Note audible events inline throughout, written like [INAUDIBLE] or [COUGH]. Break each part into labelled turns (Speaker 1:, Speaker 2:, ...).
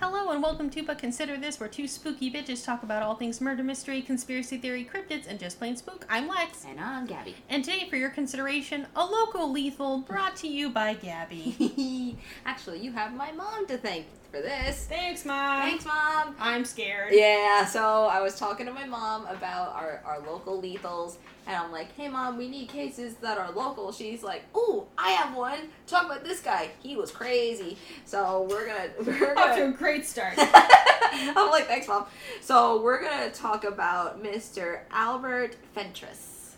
Speaker 1: Hello and welcome to But Consider This, where two spooky bitches talk about all things murder mystery, conspiracy theory, cryptids, and just plain spook. I'm Lex.
Speaker 2: And I'm Gabby. [LAUGHS]
Speaker 1: And today, for your consideration, a local lethal brought to you by Gabby.
Speaker 2: Actually, you have my mom to thank for this.
Speaker 1: [LAUGHS] Thanks, Mom.
Speaker 2: Thanks, mom.
Speaker 1: I'm scared.
Speaker 2: Yeah, so I was talking to my mom about our, our local lethals, and I'm like, hey, mom, we need cases that are local. She's like, ooh, I have one. Talk about this guy. He was crazy. So we're gonna. [LAUGHS] We're
Speaker 1: Off to
Speaker 2: gonna
Speaker 1: a great start. [LAUGHS]
Speaker 2: I'm like, thanks, mom. So we're gonna talk about Mr. Albert Fentress.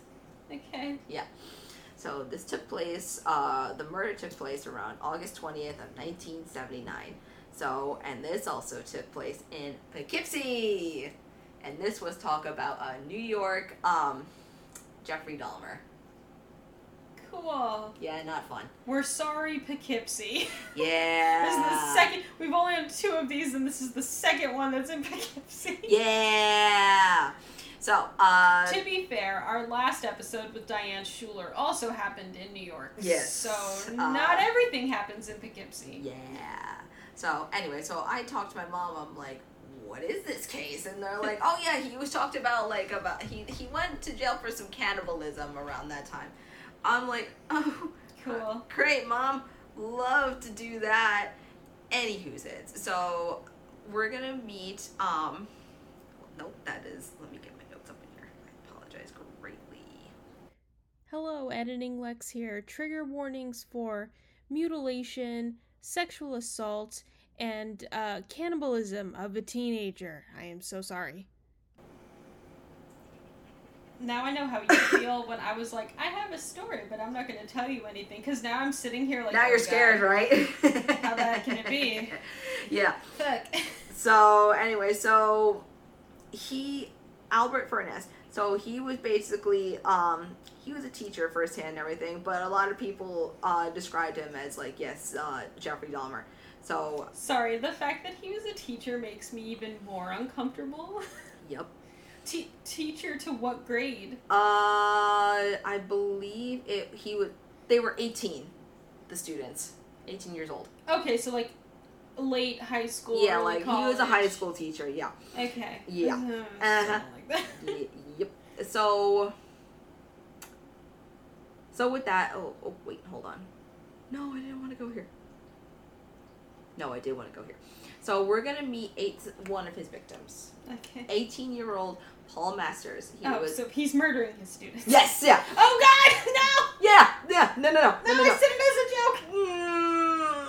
Speaker 1: okay.
Speaker 2: So this took place. Uh, the murder took place around August twentieth of nineteen seventy nine. So, and this also took place in Poughkeepsie, and this was talk about a New York um, Jeffrey Dahmer.
Speaker 1: Cool.
Speaker 2: Yeah, not fun.
Speaker 1: We're sorry, Poughkeepsie. [LAUGHS]
Speaker 2: Yeah.
Speaker 1: this is the second. We've only had two of these, and this is the second one that's in Poughkeepsie.
Speaker 2: Yeah. So, uh,
Speaker 1: To be fair, our last episode with Diane Schuler also happened in New York.
Speaker 2: Yes.
Speaker 1: So
Speaker 2: Uh,
Speaker 1: not everything happens in Poughkeepsie.
Speaker 2: Yeah. So anyway, so I talked to my mom. I'm like, what is this case? And they're like, oh yeah, he was talked about like about he he went to jail for some cannibalism around that time. I'm like, [LAUGHS] oh,
Speaker 1: Cool.
Speaker 2: great, mom, love to do that. Anywho's it. So we're gonna meet. Um, nope, that is. Let me get my notes up in here. I apologize greatly.
Speaker 1: Hello, editing Lex here. Trigger warnings for mutilation, sexual assault, and uh, cannibalism of a teenager. I am so sorry. Now I know how you [COUGHS] feel when I was like, I have a story, but I'm not going to tell you anything because now I'm sitting here like,
Speaker 2: now
Speaker 1: "Oh,
Speaker 2: you're
Speaker 1: God,
Speaker 2: scared, right?
Speaker 1: How bad can it be?
Speaker 2: [LAUGHS] yeah.
Speaker 1: [LAUGHS] Fuck. [LAUGHS]
Speaker 2: So anyway, so he Albert Furness. So he was basically um, he was a teacher firsthand and everything, but a lot of people uh, described him as like yes uh, Jeffrey Dahmer. So
Speaker 1: Sorry, the fact that he was a teacher makes me even more uncomfortable. [LAUGHS]
Speaker 2: yep.
Speaker 1: Te- teacher to what grade?
Speaker 2: Uh, I believe it. He would. They were eighteen, the students, eighteen years old.
Speaker 1: Okay, so like late high school.
Speaker 2: yeah,
Speaker 1: early
Speaker 2: like he was a high
Speaker 1: college.
Speaker 2: school teacher. Yeah.
Speaker 1: Okay.
Speaker 2: Yeah.
Speaker 1: Mhm,
Speaker 2: Uh-huh.
Speaker 1: something like that.
Speaker 2: Y- yep. So. So with that, oh, oh wait, hold on. No, I didn't want to go here. No, I did want to go here. So we're gonna meet eight one of his victims,
Speaker 1: [LAUGHS] okay.
Speaker 2: eighteen year old Paul Masters. He
Speaker 1: Oh,
Speaker 2: was
Speaker 1: so he's murdering his students.
Speaker 2: yes, yeah,
Speaker 1: Oh God, no!
Speaker 2: yeah, yeah. No, no, no, [LAUGHS] no,
Speaker 1: No,
Speaker 2: no.
Speaker 1: I said it as a joke.
Speaker 2: Mm,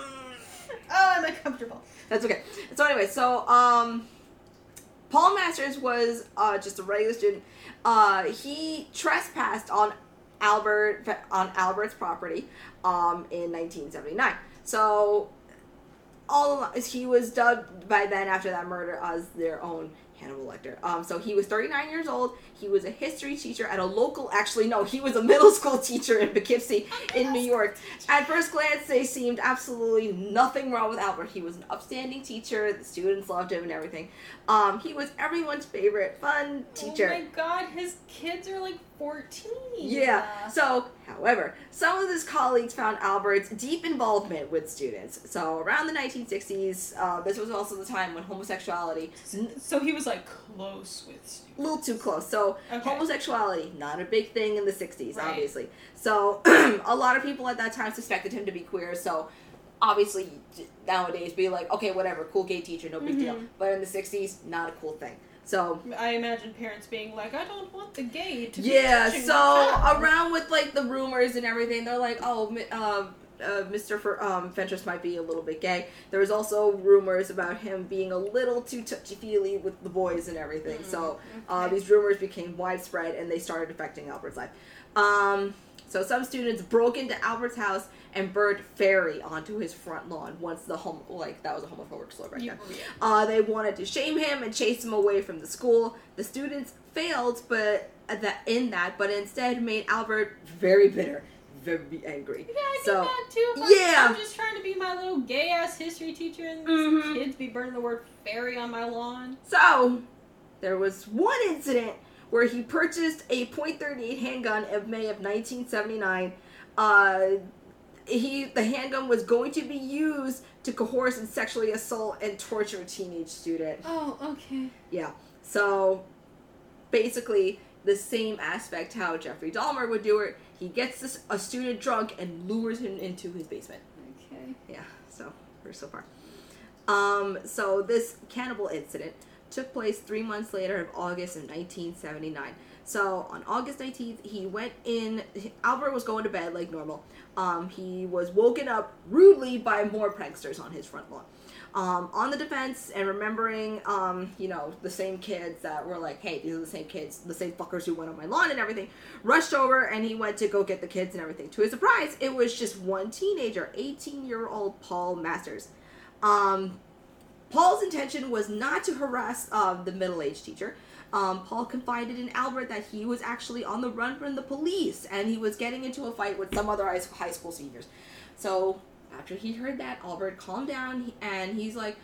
Speaker 1: Oh, I'm uncomfortable.
Speaker 2: That's okay. So anyway, so um, Paul Masters was uh, just a regular student. Uh, he trespassed on Albert on Albert's property um, in 1979. So all along, he was dubbed by then after that murder as their own Hannibal Lecter. Um, so he was 39 years old. He was a history teacher at a local. Actually, no, he was a [LAUGHS] middle school teacher in Poughkeepsie, in New York. At first glance, they seemed absolutely nothing wrong with Albert. He was an upstanding teacher. The students loved him and everything. Um, he was everyone's favorite fun teacher.
Speaker 1: Oh my God, his kids are like 14.
Speaker 2: Yeah. So, however, some of his colleagues found Albert's deep involvement with students. So, around the 1960s, uh, this was also the time when homosexuality n-
Speaker 1: So he was like close with students.
Speaker 2: a little too close. So,
Speaker 1: Okay.
Speaker 2: homosexuality not a big thing in the 60s,
Speaker 1: Right.
Speaker 2: obviously. So, [CLEARS THROAT] a lot of people at that time suspected him to be queer. So, obviously d- nowadays be like, okay, whatever, cool gay teacher, no big deal.
Speaker 1: Mhm.
Speaker 2: But in the 60s, not a cool thing. So,
Speaker 1: I imagine parents being like, I don't want the gay to be
Speaker 2: yeah
Speaker 1: touching
Speaker 2: so
Speaker 1: my [LAUGHS] child."
Speaker 2: around with like the rumors and everything they're like oh mi- um uh, Mr. Fer- um, Fentress might be a little bit gay. There was also rumors about him being a little too touchy feely with the boys and everything. So uh,
Speaker 1: Mm-hmm, okay.
Speaker 2: these rumors became widespread and they started affecting Albert's life. Um, so some students broke into Albert's house and burned fairy onto his front lawn. Once the home like that was a homophobic slur right
Speaker 1: You-
Speaker 2: there. Uh, they wanted to shame him and chase him away from the school. The students failed, but at the, in that, but instead made Albert very bitter, very angry.
Speaker 1: Yeah, I
Speaker 2: So,
Speaker 1: do that too. If I'm,
Speaker 2: yeah.
Speaker 1: I'm just trying to be my little gay ass history teacher, and
Speaker 2: Mhm.
Speaker 1: these kids be burning the word fairy on my lawn.
Speaker 2: So, there was one incident where he purchased a .38 handgun of May of 1979. Uh, he the handgun was going to be used to coerce and sexually assault and torture a teenage student.
Speaker 1: Oh, okay.
Speaker 2: Yeah. So basically, the same aspect how Jeffrey Dahmer would do it. He gets this, a student drunk and lures him into his basement.
Speaker 1: Okay.
Speaker 2: Yeah. So we're so far. Um, so this cannibal incident took place three months later of August of 1979. So on August 19th, he went in. Albert was going to bed like normal. Um, he was woken up rudely by more pranksters on his front lawn. Um, on the defense and remembering, um, you know, the same kids that were like, hey, these are the same kids, the same fuckers who went on my lawn and everything, rushed over and he went to go get the kids and everything. To his surprise, it was just one teenager, 18 year old Paul Masters. Um, Paul's intention was not to harass um, the middle aged teacher. Um, Paul confided in Albert that he was actually on the run from the police and he was getting into a fight with some other high high school seniors. So after he heard that, Albert calmed down he- and he's like,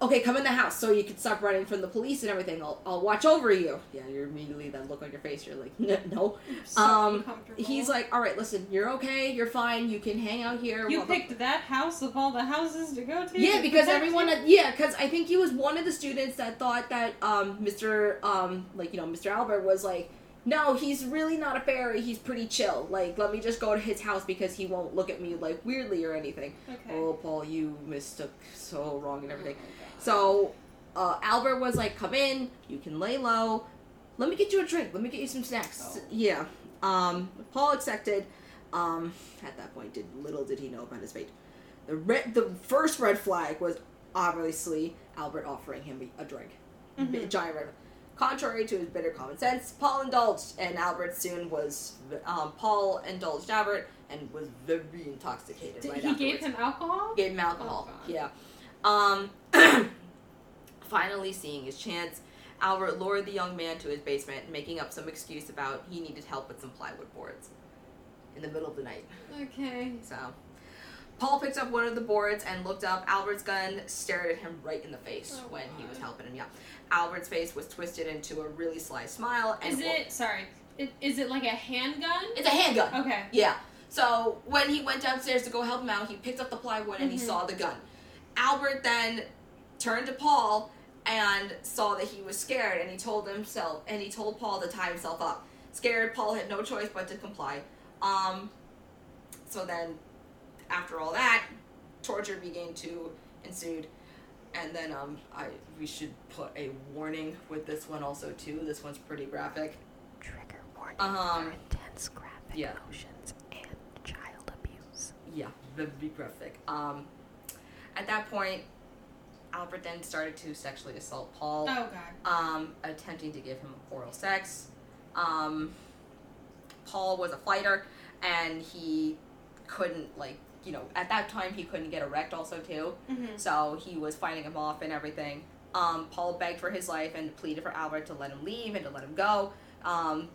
Speaker 2: Okay, come in the house so you can stop running from the police and everything. I'll, I'll watch over you. Yeah, you're immediately that look on your face. You're like, [LAUGHS] "N- No.
Speaker 1: So
Speaker 2: Um,
Speaker 1: uncomfortable.
Speaker 2: He's like, All right, listen, you're okay. You're fine. You can hang out here.
Speaker 1: you
Speaker 2: while the-
Speaker 1: picked that house of all the houses to go to.
Speaker 2: yeah,
Speaker 1: to
Speaker 2: because
Speaker 1: protect
Speaker 2: everyone.
Speaker 1: you?
Speaker 2: Yeah, because I think he was one of the students that thought that um, Mr. Um, like you know Mr. Albert was like, no, he's really not a fairy. He's pretty chill. Like, let me just go to his house because he won't look at me like weirdly or anything.
Speaker 1: Okay.
Speaker 2: Oh, Paul, you mistook so wrong and everything.
Speaker 1: Oh my God.
Speaker 2: So uh, Albert was like, come in. You can lay low. Let me get you a drink. Let me get you some snacks.
Speaker 1: Oh.
Speaker 2: Yeah. Um, Paul accepted. Um, at that point, did little did he know about his fate. The red, the first red flag was obviously Albert offering him a drink.
Speaker 1: Mhm.
Speaker 2: Big Giant red. Contrary to his bitter common sense, Paul indulged, and Albert soon was. Um, Paul indulged Albert and was very intoxicated.
Speaker 1: Did-
Speaker 2: right
Speaker 1: he gave
Speaker 2: afterwards.
Speaker 1: him alcohol.
Speaker 2: gave him alcohol.
Speaker 1: God.
Speaker 2: yeah. Um, [CLEARS THROAT] finally, seeing his chance, Albert lured the young man to his basement, making up some excuse about he needed help with some plywood boards in the middle of the night.
Speaker 1: Okay.
Speaker 2: So Paul picked up one of the boards and looked up. Albert's gun stared at him right in the face
Speaker 1: Oh,
Speaker 2: when he
Speaker 1: God.
Speaker 2: was helping him. Yeah, Albert's face was twisted into a really sly smile. And
Speaker 1: Is it sorry? It, is it like a handgun?
Speaker 2: It's a handgun.
Speaker 1: Okay.
Speaker 2: Yeah. So when he went downstairs to go help him out, he picked up the plywood and he
Speaker 1: Mhm.
Speaker 2: saw the gun. Albert then turned to Paul and saw that he was scared and he told himself and he told Paul to tie himself up. Scared, Paul had no choice but to comply. Um so then after all that, torture began to ensued. And then um I we should put a warning with this one also too. This one's pretty graphic.
Speaker 3: Trigger warning
Speaker 2: Um,
Speaker 3: for intense graphic
Speaker 2: yeah.
Speaker 3: emotions and child abuse.
Speaker 2: yeah, the be graphic. Um, at that point, Albert then started to sexually assault
Speaker 1: Oh
Speaker 2: Paul,
Speaker 1: God.
Speaker 2: um, attempting to give him oral sex. Um, Paul was a fighter, and he couldn't like you know at that time he couldn't get erect also too,
Speaker 1: hmm
Speaker 2: so he was fighting him off and everything. Um, Paul begged for his life and pleaded for Albert to let him leave and to let him go. Um,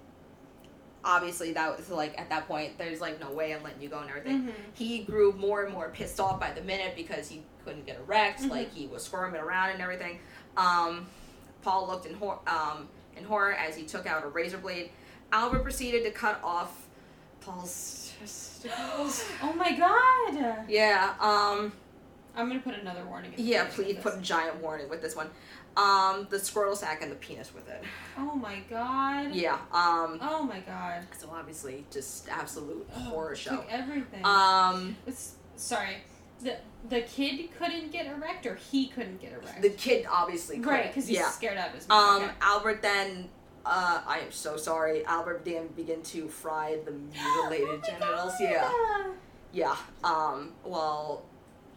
Speaker 2: obviously, that was like at that point, there's like no way I'm letting you go and everything
Speaker 1: hmm
Speaker 2: he grew more and more pissed off by the minute because he couldn't get erect.
Speaker 1: Mhm.
Speaker 2: Like he was squirming around and everything. Um, Paul looked in hor- um, in horror as he took out a razor blade. Albert proceeded to cut off Paul's testicles.
Speaker 1: [GASPS]
Speaker 2: [LAUGHS]
Speaker 1: Oh my God.
Speaker 2: yeah. Um,
Speaker 1: I'm gonna put another warning. In the
Speaker 2: yeah.
Speaker 1: beginning
Speaker 2: Please
Speaker 1: of
Speaker 2: put a
Speaker 1: this.
Speaker 2: giant warning with this one. Um, the squirtle sack and the penis with it.
Speaker 1: Oh my God.
Speaker 2: Yeah. Um,
Speaker 1: Oh my God.
Speaker 2: so obviously, just absolute
Speaker 1: Oh,
Speaker 2: horror show.
Speaker 1: Took everything.
Speaker 2: Um,
Speaker 1: It's- sorry. The the kid couldn't get erect, or he couldn't get erect.
Speaker 2: the kid obviously
Speaker 1: right,
Speaker 2: couldn't.
Speaker 1: because he's
Speaker 2: yeah.
Speaker 1: scared out of his mind.
Speaker 2: Um,
Speaker 1: Okay.
Speaker 2: Albert then, uh, I am so sorry. Albert then began to fry the mutilated
Speaker 1: [GASPS] Oh my
Speaker 2: genitals.
Speaker 1: God.
Speaker 2: Yeah, yeah. Um, well,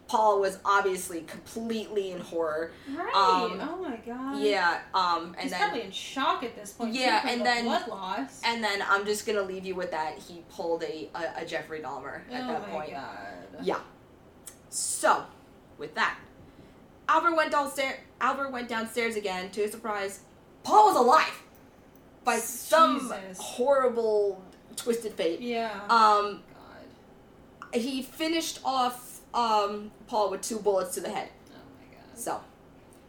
Speaker 2: Paul was obviously completely in horror.
Speaker 1: Right.
Speaker 2: Um,
Speaker 1: oh my God.
Speaker 2: yeah. Um, and
Speaker 1: he's
Speaker 2: then
Speaker 1: probably in shock at this point. too,
Speaker 2: Yeah,
Speaker 1: from
Speaker 2: and
Speaker 1: the
Speaker 2: then-
Speaker 1: blood loss.
Speaker 2: and then I'm just gonna leave you with that. He pulled a a, a Jeffrey Dahmer at
Speaker 1: oh my
Speaker 2: that point.
Speaker 1: God.
Speaker 2: Yeah. So, with that, Albert went downstairs. Albert went downstairs again. To his surprise, Paul was alive by some
Speaker 1: Jesus.
Speaker 2: horrible twisted fate.
Speaker 1: Yeah. Oh
Speaker 2: Um,
Speaker 1: God.
Speaker 2: he finished off um, Paul with two bullets to the head.
Speaker 1: Oh my God.
Speaker 2: So,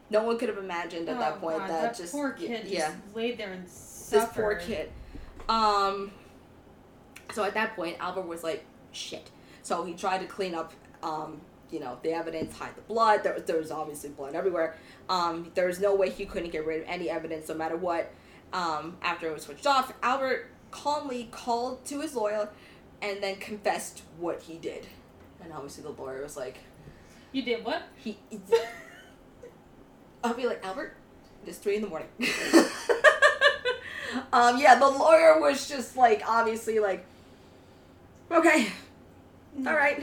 Speaker 2: no one could have imagined at
Speaker 1: Oh,
Speaker 2: that point
Speaker 1: God,
Speaker 2: that,
Speaker 1: that
Speaker 2: just
Speaker 1: poor
Speaker 2: y-
Speaker 1: kid
Speaker 2: yeah,
Speaker 1: just laid there and
Speaker 2: this
Speaker 1: suffered.
Speaker 2: poor kid. Um, so at that point, Albert was like, "Shit." So he tried to clean up, um, you know, the evidence, hide the blood. There, there was obviously blood everywhere. Um, there was no way he couldn't get rid of any evidence, no matter what. Um, after it was switched off, Albert calmly called to his lawyer and then confessed what he did. And obviously, the lawyer was like,
Speaker 1: You did what?
Speaker 2: he. I'll be like, Albert, it's three in
Speaker 1: [LAUGHS]
Speaker 2: the morning. um, yeah, the lawyer was just like, obviously, like, okay,
Speaker 1: Oh Mm-hmm.
Speaker 2: all right.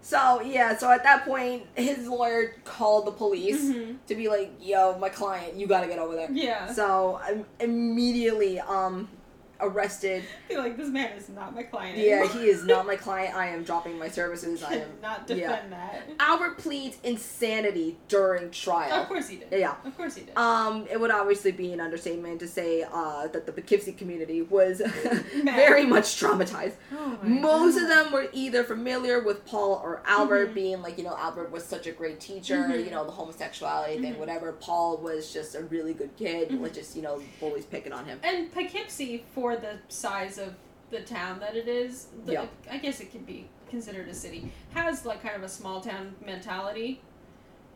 Speaker 2: So yeah, so at that point, his lawyer called the police
Speaker 1: Mhm.
Speaker 2: to be like, "Yo, my client, you gotta get over there."
Speaker 1: Yeah.
Speaker 2: So I immediately um arrested.
Speaker 1: I feel like this man is not my client.
Speaker 2: Yeah,
Speaker 1: anymore.
Speaker 2: he
Speaker 1: [LAUGHS]
Speaker 2: is not my client. I am dropping my services. I am.
Speaker 1: Cannot
Speaker 2: yeah.
Speaker 1: defend that.
Speaker 2: Albert pleads insanity during
Speaker 1: Of
Speaker 2: trial.
Speaker 1: course he did.
Speaker 2: Yeah.
Speaker 1: Of course he did.
Speaker 2: Um, it would obviously be an understatement to say uh, that the Poughkeepsie community was [LAUGHS] very much traumatized.
Speaker 1: Oh my
Speaker 2: Most of
Speaker 1: God.
Speaker 2: them were either familiar with Paul or Albert
Speaker 1: Mhm.
Speaker 2: being like, you know, Albert was such a great teacher,
Speaker 1: Mhm.
Speaker 2: you know, the homosexuality
Speaker 1: Mhm.
Speaker 2: thing, whatever. Paul was just a really good kid,
Speaker 1: Mhm.
Speaker 2: like just, you know, bullies picking on him.
Speaker 1: And Poughkeepsie, for the size of the town that it is, the,
Speaker 2: Yeah.
Speaker 1: I guess it could be considered a city, has like kind of a small town mentality.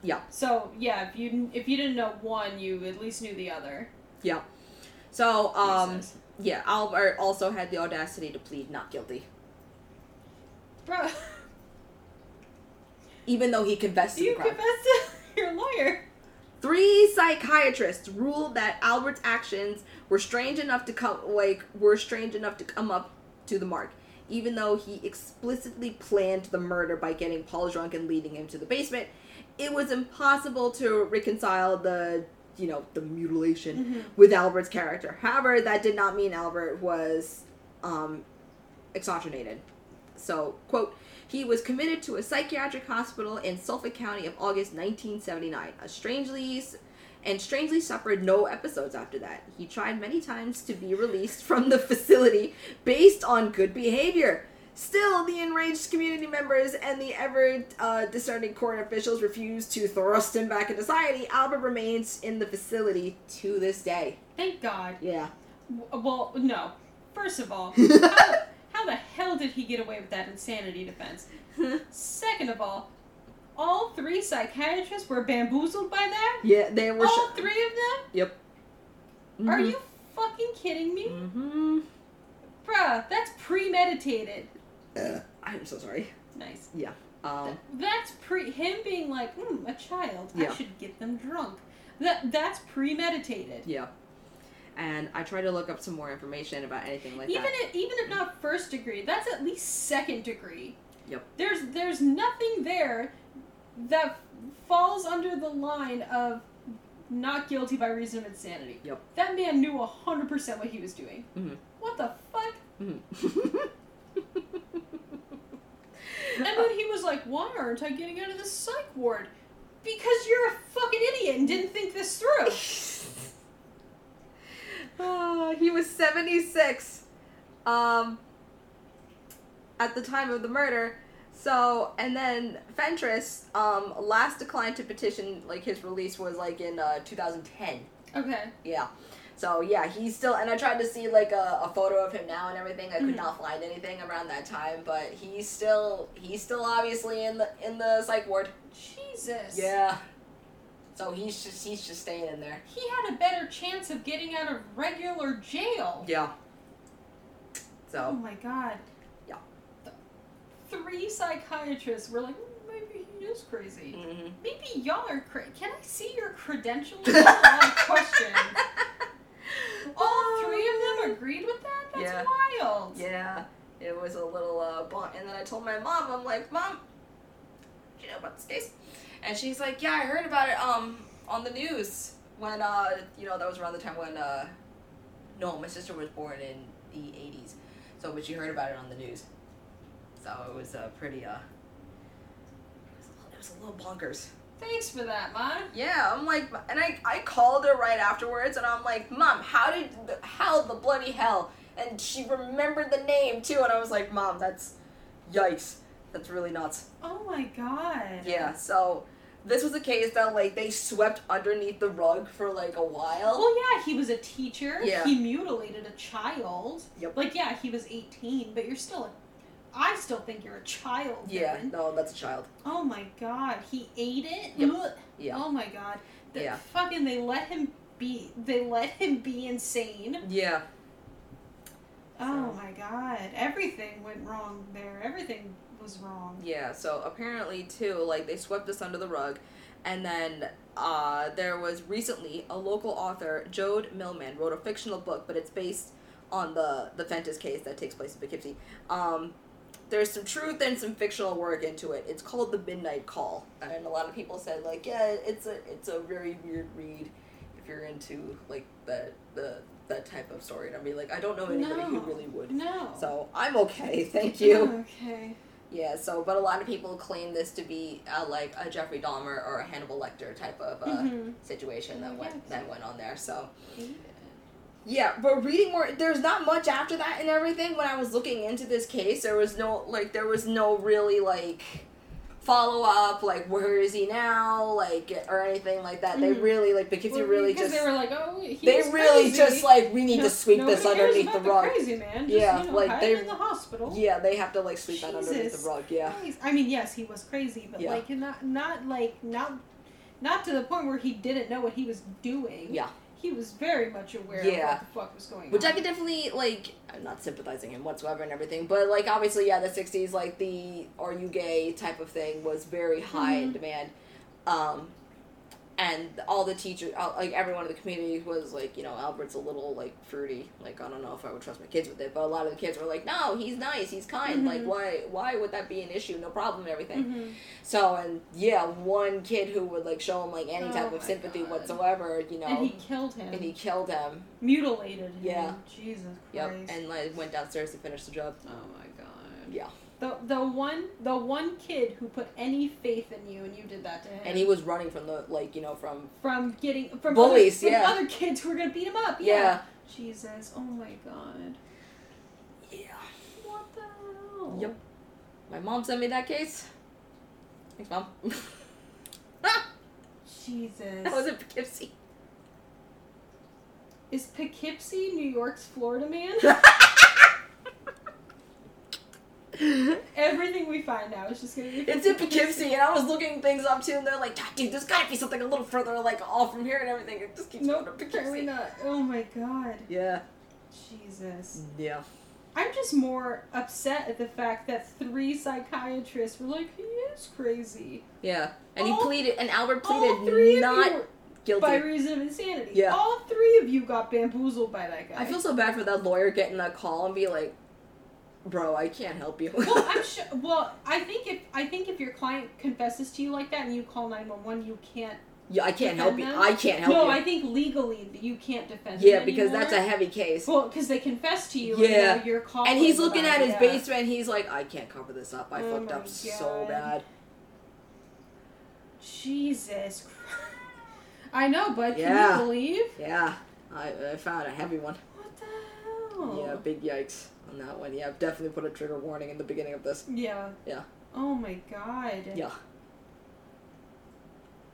Speaker 2: Yeah.
Speaker 1: So yeah, if you if you didn't know one, you at least knew the other.
Speaker 2: So, um,
Speaker 1: Jesus.
Speaker 2: yeah, Albert also had the audacity to plead not guilty,
Speaker 1: bro, [LAUGHS] even
Speaker 2: even though he confessed to
Speaker 1: you
Speaker 2: the crime.
Speaker 1: confessed to [LAUGHS] your lawyer.
Speaker 2: Three psychiatrists ruled that Albert's actions were strange enough to come like were strange enough to come up to the mark, even though he explicitly planned the murder by getting Paul drunk and leading him to the basement. It was impossible to reconcile the you know the mutilation with Albert's character. However, that did not mean Albert was um, exogenated. So, quote, he was committed to a psychiatric hospital in Suffolk County of August 1979. A strangely and strangely suffered no episodes after that. He tried many times to be released [LAUGHS] from the facility based on good behavior. Still, the enraged community members and the ever uh, discerning court officials refused to thrust him back into society. Albert remains in the facility to this day.
Speaker 1: Thank God. [LAUGHS]
Speaker 2: Yeah. [LAUGHS]
Speaker 1: W- Well, no. First of all, how, how the hell did he get away with that insanity defense? Second of all, all three psychiatrists were bamboozled by that.
Speaker 2: Yeah, they were.
Speaker 1: all
Speaker 2: sho-
Speaker 1: three of them?
Speaker 2: Yep.
Speaker 1: Oh. Are you fucking kidding me,
Speaker 2: Mm-hmm.
Speaker 1: bruh? That's premeditated.
Speaker 2: Uh, I'm so sorry.
Speaker 1: Nice.
Speaker 2: Um,
Speaker 1: That's pre him being like, hmm, a child. I
Speaker 2: Yeah.
Speaker 1: should get them drunk. That that's premeditated.
Speaker 2: yeah. And I tried to look up some more information about anything like
Speaker 1: even
Speaker 2: that.
Speaker 1: if, even if not first degree, that's at least second degree.
Speaker 2: Yep.
Speaker 1: There's there's nothing there that falls under the line of not guilty by reason of insanity.
Speaker 2: Yep.
Speaker 1: That man knew hundred percent what he was doing.
Speaker 2: Mhm.
Speaker 1: What the fuck?
Speaker 2: Mhm.
Speaker 1: And then he was like, "Why aren't I getting out of this psych ward?" Because you're a fucking idiot and didn't think this
Speaker 2: [LAUGHS]
Speaker 1: through.
Speaker 2: [LAUGHS] Ah, he was 76 um, at the time of the murder. So, and then Fentress um, last declined to petition, like, his release was, like, in uh, 2010.
Speaker 1: Okay.
Speaker 2: Yeah. So yeah, he's still and I tried to see like a, a photo of him now and everything. I could
Speaker 1: Mhm.
Speaker 2: not find anything around that time, but he's still he's still obviously in the in the psych ward.
Speaker 1: Jesus.
Speaker 2: Yeah. So he's just he's just staying in there.
Speaker 1: He had a better chance of getting out of regular jail.
Speaker 2: Yeah.
Speaker 1: Oh
Speaker 2: So
Speaker 1: my god.
Speaker 2: Yeah.
Speaker 1: Th- Three psychiatrists were like, "Mm, maybe he is crazy.
Speaker 2: [LAUGHS] mhm.
Speaker 1: Maybe y'all are crazy. Can I see your credentials? That's a lot of questions.
Speaker 2: [LAUGHS]
Speaker 1: All three of them agreed with that? That's
Speaker 2: Oh, Yeah.
Speaker 1: wild.
Speaker 2: Yeah. It was a little uh blunt and then I told my mom, I'm like, Mom, do you know about this case? And she's like, Yeah, I heard about it um on the news when uh you know that was around the time when uh no my sister was born in the 80s so but she heard about it on the news so it was uh, pretty uh it was a little bonkers
Speaker 1: Thanks for that, Ma.
Speaker 2: yeah i'm like and i i called her right afterwards and i'm like mom how did the, how the bloody hell and she remembered the name too and i was like mom that's yikes that's really nuts
Speaker 1: Oh my god.
Speaker 2: yeah so this was a case that like they swept underneath the rug for like a while
Speaker 1: Well, Oh, yeah, he was a teacher.
Speaker 2: Yeah.
Speaker 1: He mutilated a child.
Speaker 2: Yep.
Speaker 1: Like, yeah, he was 18, but you're still I still think you're a child.
Speaker 2: Yeah,
Speaker 1: Devin.
Speaker 2: no, that's a child.
Speaker 1: Oh my god, he ate it.
Speaker 2: Yep.
Speaker 1: Ugh.
Speaker 2: Yeah.
Speaker 1: Oh my god. The
Speaker 2: Yeah.
Speaker 1: fucking they let him be they let him be insane.
Speaker 2: Yeah.
Speaker 1: Oh
Speaker 2: So-
Speaker 1: my god. Everything went wrong there. Everything was wrong.
Speaker 2: Yeah, so apparently too, like they swept this under the rug, and then uh, there was recently a local author, Jode Millman, wrote a fictional book, but it's based on the the Fentis case that takes place in Poughkeepsie. Um, there's some truth and some fictional work into it. It's called The Midnight Call, and a lot of people said like, yeah, it's a it's a very weird read if you're into like the the that type of story. And I mean, like, I don't know anybody who
Speaker 1: No.
Speaker 2: really would.
Speaker 1: No.
Speaker 2: So I'm okay, [LAUGHS] thank you.
Speaker 1: Okay.
Speaker 2: Yeah, so but a lot of people claim this to be uh, like a Jeffrey Dahmer or a Hannibal Lecter type of uh,
Speaker 1: Mhm.
Speaker 2: situation that went
Speaker 1: Yes.
Speaker 2: that went on there. So
Speaker 1: Ate
Speaker 2: yeah, but reading more, there's not much after that and everything. When I was looking into this case, there was no like there was no really like follow up like where is he now like or anything like that. They
Speaker 1: Mhm.
Speaker 2: really like because
Speaker 1: Well,
Speaker 2: you really
Speaker 1: because
Speaker 2: just
Speaker 1: they were like, oh, he
Speaker 2: they
Speaker 1: was
Speaker 2: really
Speaker 1: crazy.
Speaker 2: just like we need
Speaker 1: No-
Speaker 2: to sweep this
Speaker 1: nobody cares
Speaker 2: underneath the
Speaker 1: about
Speaker 2: rug.
Speaker 1: Crazy man. Just,
Speaker 2: Yeah,
Speaker 1: you know,
Speaker 2: like,
Speaker 1: hide
Speaker 2: they-
Speaker 1: him in the hospital.
Speaker 2: Yeah, they have to like sweep that underneath
Speaker 1: Jesus
Speaker 2: the rug. Yeah.
Speaker 1: Christ. I mean, yes, he was crazy, but
Speaker 2: Yeah.
Speaker 1: like not not like not not to the point where he didn't know what he was doing.
Speaker 2: Yeah.
Speaker 1: He was very much aware
Speaker 2: Yeah.
Speaker 1: of what the fuck was going
Speaker 2: Which I
Speaker 1: on.
Speaker 2: could definitely like. I'm not sympathizing him whatsoever and everything, but like obviously, yeah, the '60s, like the "Are you gay?" type of thing was very high in
Speaker 1: Mhm.
Speaker 2: demand, um, and all the teachers, all- like everyone in the community, was like, you know, Albert's a little like fruity. Like I don't know if I would trust my kids with it, but a lot of the kids were like, no, he's nice, he's kind. Like
Speaker 1: Mhm.
Speaker 2: why, why would that be an issue? No problem, and everything.
Speaker 1: Mhm.
Speaker 2: So and yeah, one kid who would like show him like any
Speaker 1: Oh
Speaker 2: type
Speaker 1: my
Speaker 2: of sympathy
Speaker 1: God.
Speaker 2: whatsoever, you know,
Speaker 1: And he killed him.
Speaker 2: and he killed him.
Speaker 1: mutilated him.
Speaker 2: Yeah.
Speaker 1: Jesus Christ.
Speaker 2: Yep, and like went downstairs to finish the job.
Speaker 1: oh my god.
Speaker 2: Yeah.
Speaker 1: The the one the one kid who put any faith in you and you did that to him.
Speaker 2: And he was running from the like you know from
Speaker 1: from getting from
Speaker 2: Bullies,
Speaker 1: other, from
Speaker 2: yeah.
Speaker 1: other kids who were gonna beat him up.
Speaker 2: yeah
Speaker 1: Jesus. Oh my god.
Speaker 2: yeah.
Speaker 1: What the hell?
Speaker 2: Yep. My mom sent me that case. Thanks, mom. [LAUGHS]
Speaker 1: Jesus.
Speaker 2: that was in Poughkeepsie.
Speaker 1: Is Poughkeepsie New York's Florida
Speaker 2: [LAUGHS]
Speaker 1: man? Everything we find now is just gonna be.
Speaker 2: it's in Poughkeepsie, and I was looking things up too, and they're like, "God, dude, there's gotta be something a little further like off from here and everything." It just keeps
Speaker 1: Nope,
Speaker 2: going to
Speaker 1: apparently
Speaker 2: Poughkeepsie.
Speaker 1: not. Oh my god.
Speaker 2: Yeah,
Speaker 1: Jesus.
Speaker 2: yeah.
Speaker 1: I'm just more upset at the fact that three psychiatrists were like, he is crazy.
Speaker 2: Yeah, and he
Speaker 1: All-
Speaker 2: pleaded, and Albert
Speaker 1: All three
Speaker 2: pleaded
Speaker 1: of
Speaker 2: not
Speaker 1: you were,
Speaker 2: guilty.
Speaker 1: by reason of insanity.
Speaker 2: Yeah.
Speaker 1: All three of you got bamboozled by that guy.
Speaker 2: I feel so bad for that lawyer getting that call and be like, "Bro, I can't help you."
Speaker 1: [LAUGHS] well, I'm sure. Well, I think if I think if your client confesses to you like that and you call nine one one, you can't.
Speaker 2: [LAUGHS] Yeah, I can't help you.
Speaker 1: Defend them?
Speaker 2: I can't help
Speaker 1: no,
Speaker 2: you.
Speaker 1: I think legally that you can't defend.
Speaker 2: yeah,
Speaker 1: them
Speaker 2: because that's a
Speaker 1: anymore.
Speaker 2: heavy case.
Speaker 1: well, because they confess to you.
Speaker 2: Yeah.
Speaker 1: and now you're calling.
Speaker 2: and he's looking
Speaker 1: about
Speaker 2: at
Speaker 1: it,
Speaker 2: his
Speaker 1: yeah.
Speaker 2: basement. He's like, I can't cover this up. I
Speaker 1: Oh
Speaker 2: fucked
Speaker 1: my
Speaker 2: up so
Speaker 1: God.
Speaker 2: bad.
Speaker 1: Jesus. Christ. I know, but
Speaker 2: Yeah.
Speaker 1: can you believe?
Speaker 2: Yeah, I, I found a heavy one.
Speaker 1: What the hell?
Speaker 2: Yeah, big yikes on that one. Yeah, I've definitely put a trigger warning in the beginning of this.
Speaker 1: Yeah.
Speaker 2: Yeah.
Speaker 1: Oh my god.
Speaker 2: Yeah.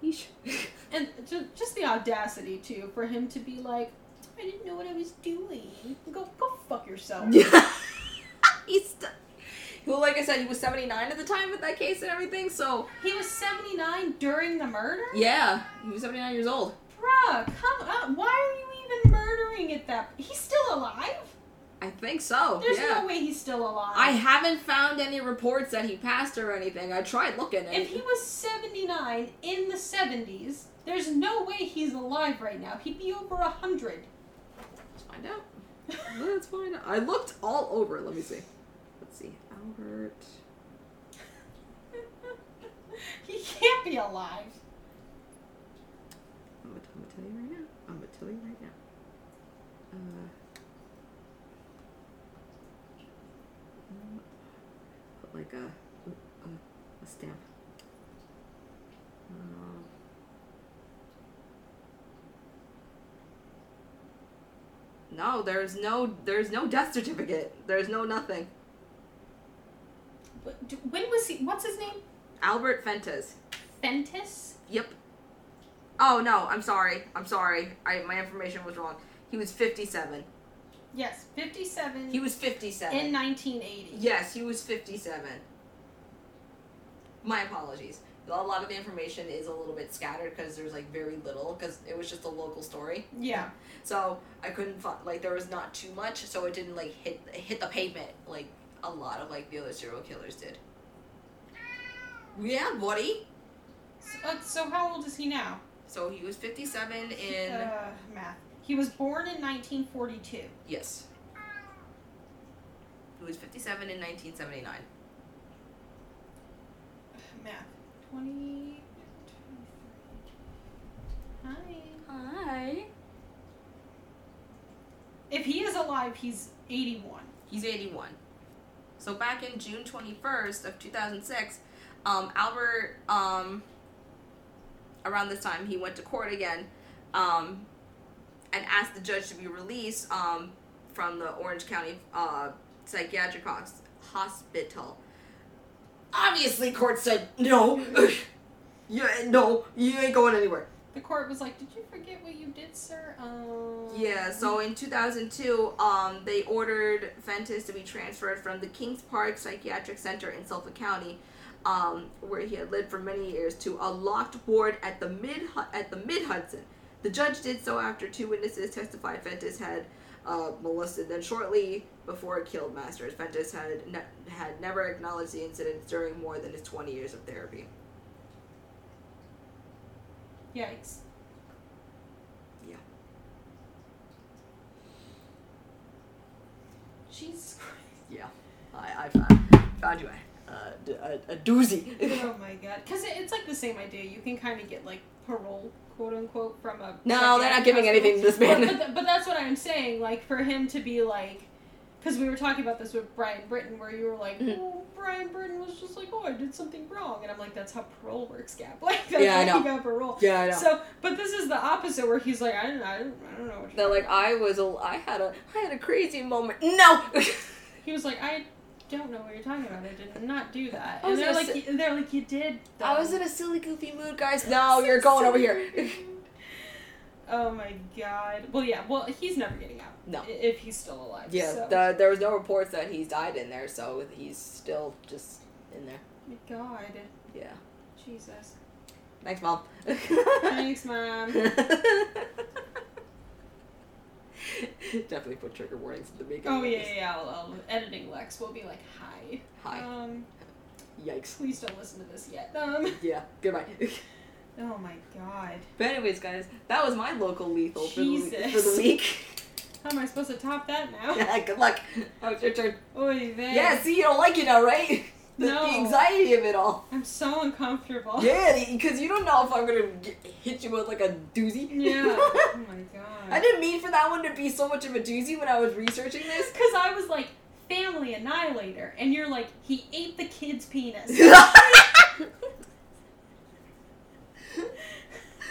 Speaker 2: Yeesh. [LAUGHS]
Speaker 1: And just, just the audacity too for him to be like, I didn't know what I was doing. Go go fuck yourself.
Speaker 2: yeah. he's. St- well, like I said, he was 79 at the time with that case and everything, so.
Speaker 1: He was 79 during the murder?
Speaker 2: Yeah, he was 79 years old.
Speaker 1: Bruh, come on. Why are you even murdering at that He's still alive?
Speaker 2: I think so.
Speaker 1: There's
Speaker 2: yeah.
Speaker 1: no way he's still alive.
Speaker 2: I haven't found any reports that he passed or anything. I tried looking. and-
Speaker 1: if he was 79 in the 70s, there's no way he's alive right now. He'd be over 100.
Speaker 2: Let's
Speaker 1: [LAUGHS]
Speaker 2: find out. Let's find out. I looked all over. Let me see. Let's see. Albert.
Speaker 1: he can't be alive.
Speaker 2: I'm gonna, I'm gonna tell you right now. I'm gonna tell you right now. Uh, mm, put like a a, a stamp. Um, no, there's no there's no death certificate. There's no nothing.
Speaker 1: But d- When was he? What's his name?
Speaker 2: Albert Fentes.
Speaker 1: Fentis?
Speaker 2: Yep. Oh no, I'm sorry. I'm sorry. I my information was wrong. He was 57.
Speaker 1: Yes, 57
Speaker 2: He was 57.
Speaker 1: in 1980.
Speaker 2: Yes, he was 57. My apologies. A lot of the information is a little bit scattered because there's like very little because it was just a local story.
Speaker 1: Yeah.
Speaker 2: So I couldn't find like there was not too much, so it didn't like hit hit the pavement like a lot of like the other serial killers did. Yeah, Woody.
Speaker 1: So, uh, so how old is he now?
Speaker 2: So he was 57 in
Speaker 1: uh, math. He was born in 1942.
Speaker 2: yes. He was 57 in 1979.
Speaker 1: Math. 20. 23. Hi.
Speaker 2: Hi.
Speaker 1: If he is alive, he's 81.
Speaker 2: He's 81. So back in June 21st of 2006, um, Albert, um, around this time, he went to court again um, and asked the judge to be released um, from the Orange County uh, Psychiatric Hos- Hospital. Obviously, court said no. [LAUGHS] yeah, no, you ain't going anywhere.
Speaker 1: The court was like, "Did you forget what you did, sir?" Um,
Speaker 2: Yeah, so in 2002, um, they ordered Fentis to be transferred from the Kings Park Psychiatric Center in Suffolk County, um, where he had lived for many years, to a locked ward at the mid at the Mid Hudson. The judge did so after two witnesses testified Fentis had uh, molested them shortly before it killed Masters. Fentis had ne- had never acknowledged the incidents during more than his 20 years of therapy.
Speaker 1: Yikes.
Speaker 2: Yeah.
Speaker 1: Jesus Christ.
Speaker 2: Yeah, I I found, found you a, a, a- a doozy. [LAUGHS]
Speaker 1: oh my god. Because it, it's like the same idea. You can kind of get like parole, quote unquote, from a.
Speaker 2: No, they're not giving
Speaker 1: psychiatric
Speaker 2: anything to this
Speaker 1: But,
Speaker 2: man.
Speaker 1: but, th- but that's what I'm saying. Like for him to be like, because we were talking about this with Brian Britton, where you were like,
Speaker 2: Mhm.
Speaker 1: "Oh, Brian Britton was just like, oh, I did something wrong," and I'm like, "That's how parole works, Gap. [LAUGHS] Like, that's
Speaker 2: Yeah, I
Speaker 1: how he
Speaker 2: know.
Speaker 1: got parole."
Speaker 2: Yeah, I know.
Speaker 1: So, but this is the opposite, where he's like, "I don't, I don't, I don't know what."
Speaker 2: They're
Speaker 1: you're
Speaker 2: like, I was, a, I had a, I had a crazy moment. No.
Speaker 1: He was like, I don't know what you're talking about. I did not do that.
Speaker 2: I was
Speaker 1: And they're
Speaker 2: gonna
Speaker 1: like, y they're like, you did.
Speaker 2: [LAUGHS] I
Speaker 1: though."
Speaker 2: was in a silly, goofy mood, guys. No, you're going over here.
Speaker 1: oh my god. Well, yeah. Well, he's never getting out.
Speaker 2: [LAUGHS] No.
Speaker 1: i- If he's still alive.
Speaker 2: Yeah,
Speaker 1: So.
Speaker 2: the, there was no reports that he's died in there, so he's still just in there.
Speaker 1: my god.
Speaker 2: Yeah.
Speaker 1: Jesus.
Speaker 2: Thanks, mom. [LAUGHS]
Speaker 1: Thanks, mom.
Speaker 2: Definitely put trigger warnings in the beginning.
Speaker 1: Oh
Speaker 2: of
Speaker 1: yeah,
Speaker 2: this.
Speaker 1: yeah. yeah. I'll, I'll- editing Lex will be like, hi.
Speaker 2: Hi.
Speaker 1: Um,
Speaker 2: Yikes.
Speaker 1: please don't listen to this yet. Um. [LAUGHS]
Speaker 2: Yeah. Goodbye. [LAUGHS]
Speaker 1: Oh my god.
Speaker 2: but anyways, guys, that was my local lethal for the,
Speaker 1: Jesus.
Speaker 2: for the week. [LAUGHS]
Speaker 1: How am I supposed to top that now?
Speaker 2: yeah. Good luck. Oh, it's your turn.
Speaker 1: Oy vey.
Speaker 2: Yeah, see, you don't like it now, right? [LAUGHS] The,
Speaker 1: No.
Speaker 2: the anxiety of it all.
Speaker 1: I'm so uncomfortable.
Speaker 2: [LAUGHS] Yeah, because you don't know if I'm gonna g hit you with like a doozy.
Speaker 1: [LAUGHS] Yeah.
Speaker 2: [LAUGHS]
Speaker 1: oh my god.
Speaker 2: I didn't mean for that one to be so much of a doozy when I was researching [LAUGHS] this.
Speaker 1: Because I was like, family annihilator. And you're like, he ate the kid's penis.
Speaker 2: [LAUGHS]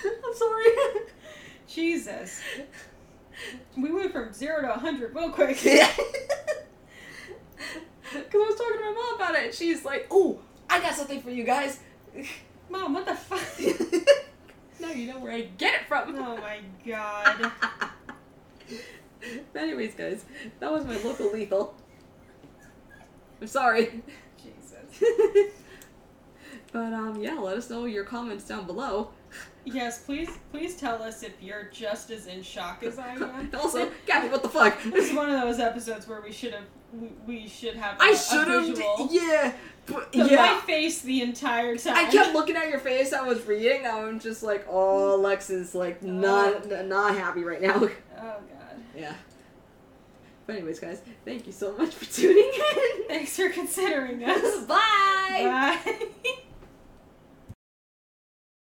Speaker 2: I'm sorry.
Speaker 1: [LAUGHS] Jesus. We went from zero to 100 real quick. [LAUGHS]
Speaker 2: Because I was talking to my mom about it, and she's like, "Oh, I got something for you guys." [LAUGHS]
Speaker 1: Mom, what the fuck?
Speaker 2: now you know where I get it from.
Speaker 1: [LAUGHS] Oh my god.
Speaker 2: [LAUGHS] But anyways, guys, that was my local lethal. I'm sorry.
Speaker 1: Jesus.
Speaker 2: but um, yeah, let us know your comments down below.
Speaker 1: Yes, please, please tell us if you're just as in shock as I
Speaker 2: [LAUGHS]
Speaker 1: am.
Speaker 2: also, Gabby, what the fuck?
Speaker 1: This is one of those episodes where we should have, we, we should have. a-
Speaker 2: I
Speaker 1: a
Speaker 2: should have.
Speaker 1: visual.
Speaker 2: Yeah. but-
Speaker 1: So My
Speaker 2: yeah.
Speaker 1: face the entire time.
Speaker 2: I kept looking at your face. I was reading. I'm just like, oh, Lex is like not not happy right now. [LAUGHS]
Speaker 1: Oh god.
Speaker 2: yeah. But anyways, guys, thank you so much for tuning in. [LAUGHS]
Speaker 1: Thanks for considering us.
Speaker 2: Bye.
Speaker 1: Bye. [LAUGHS]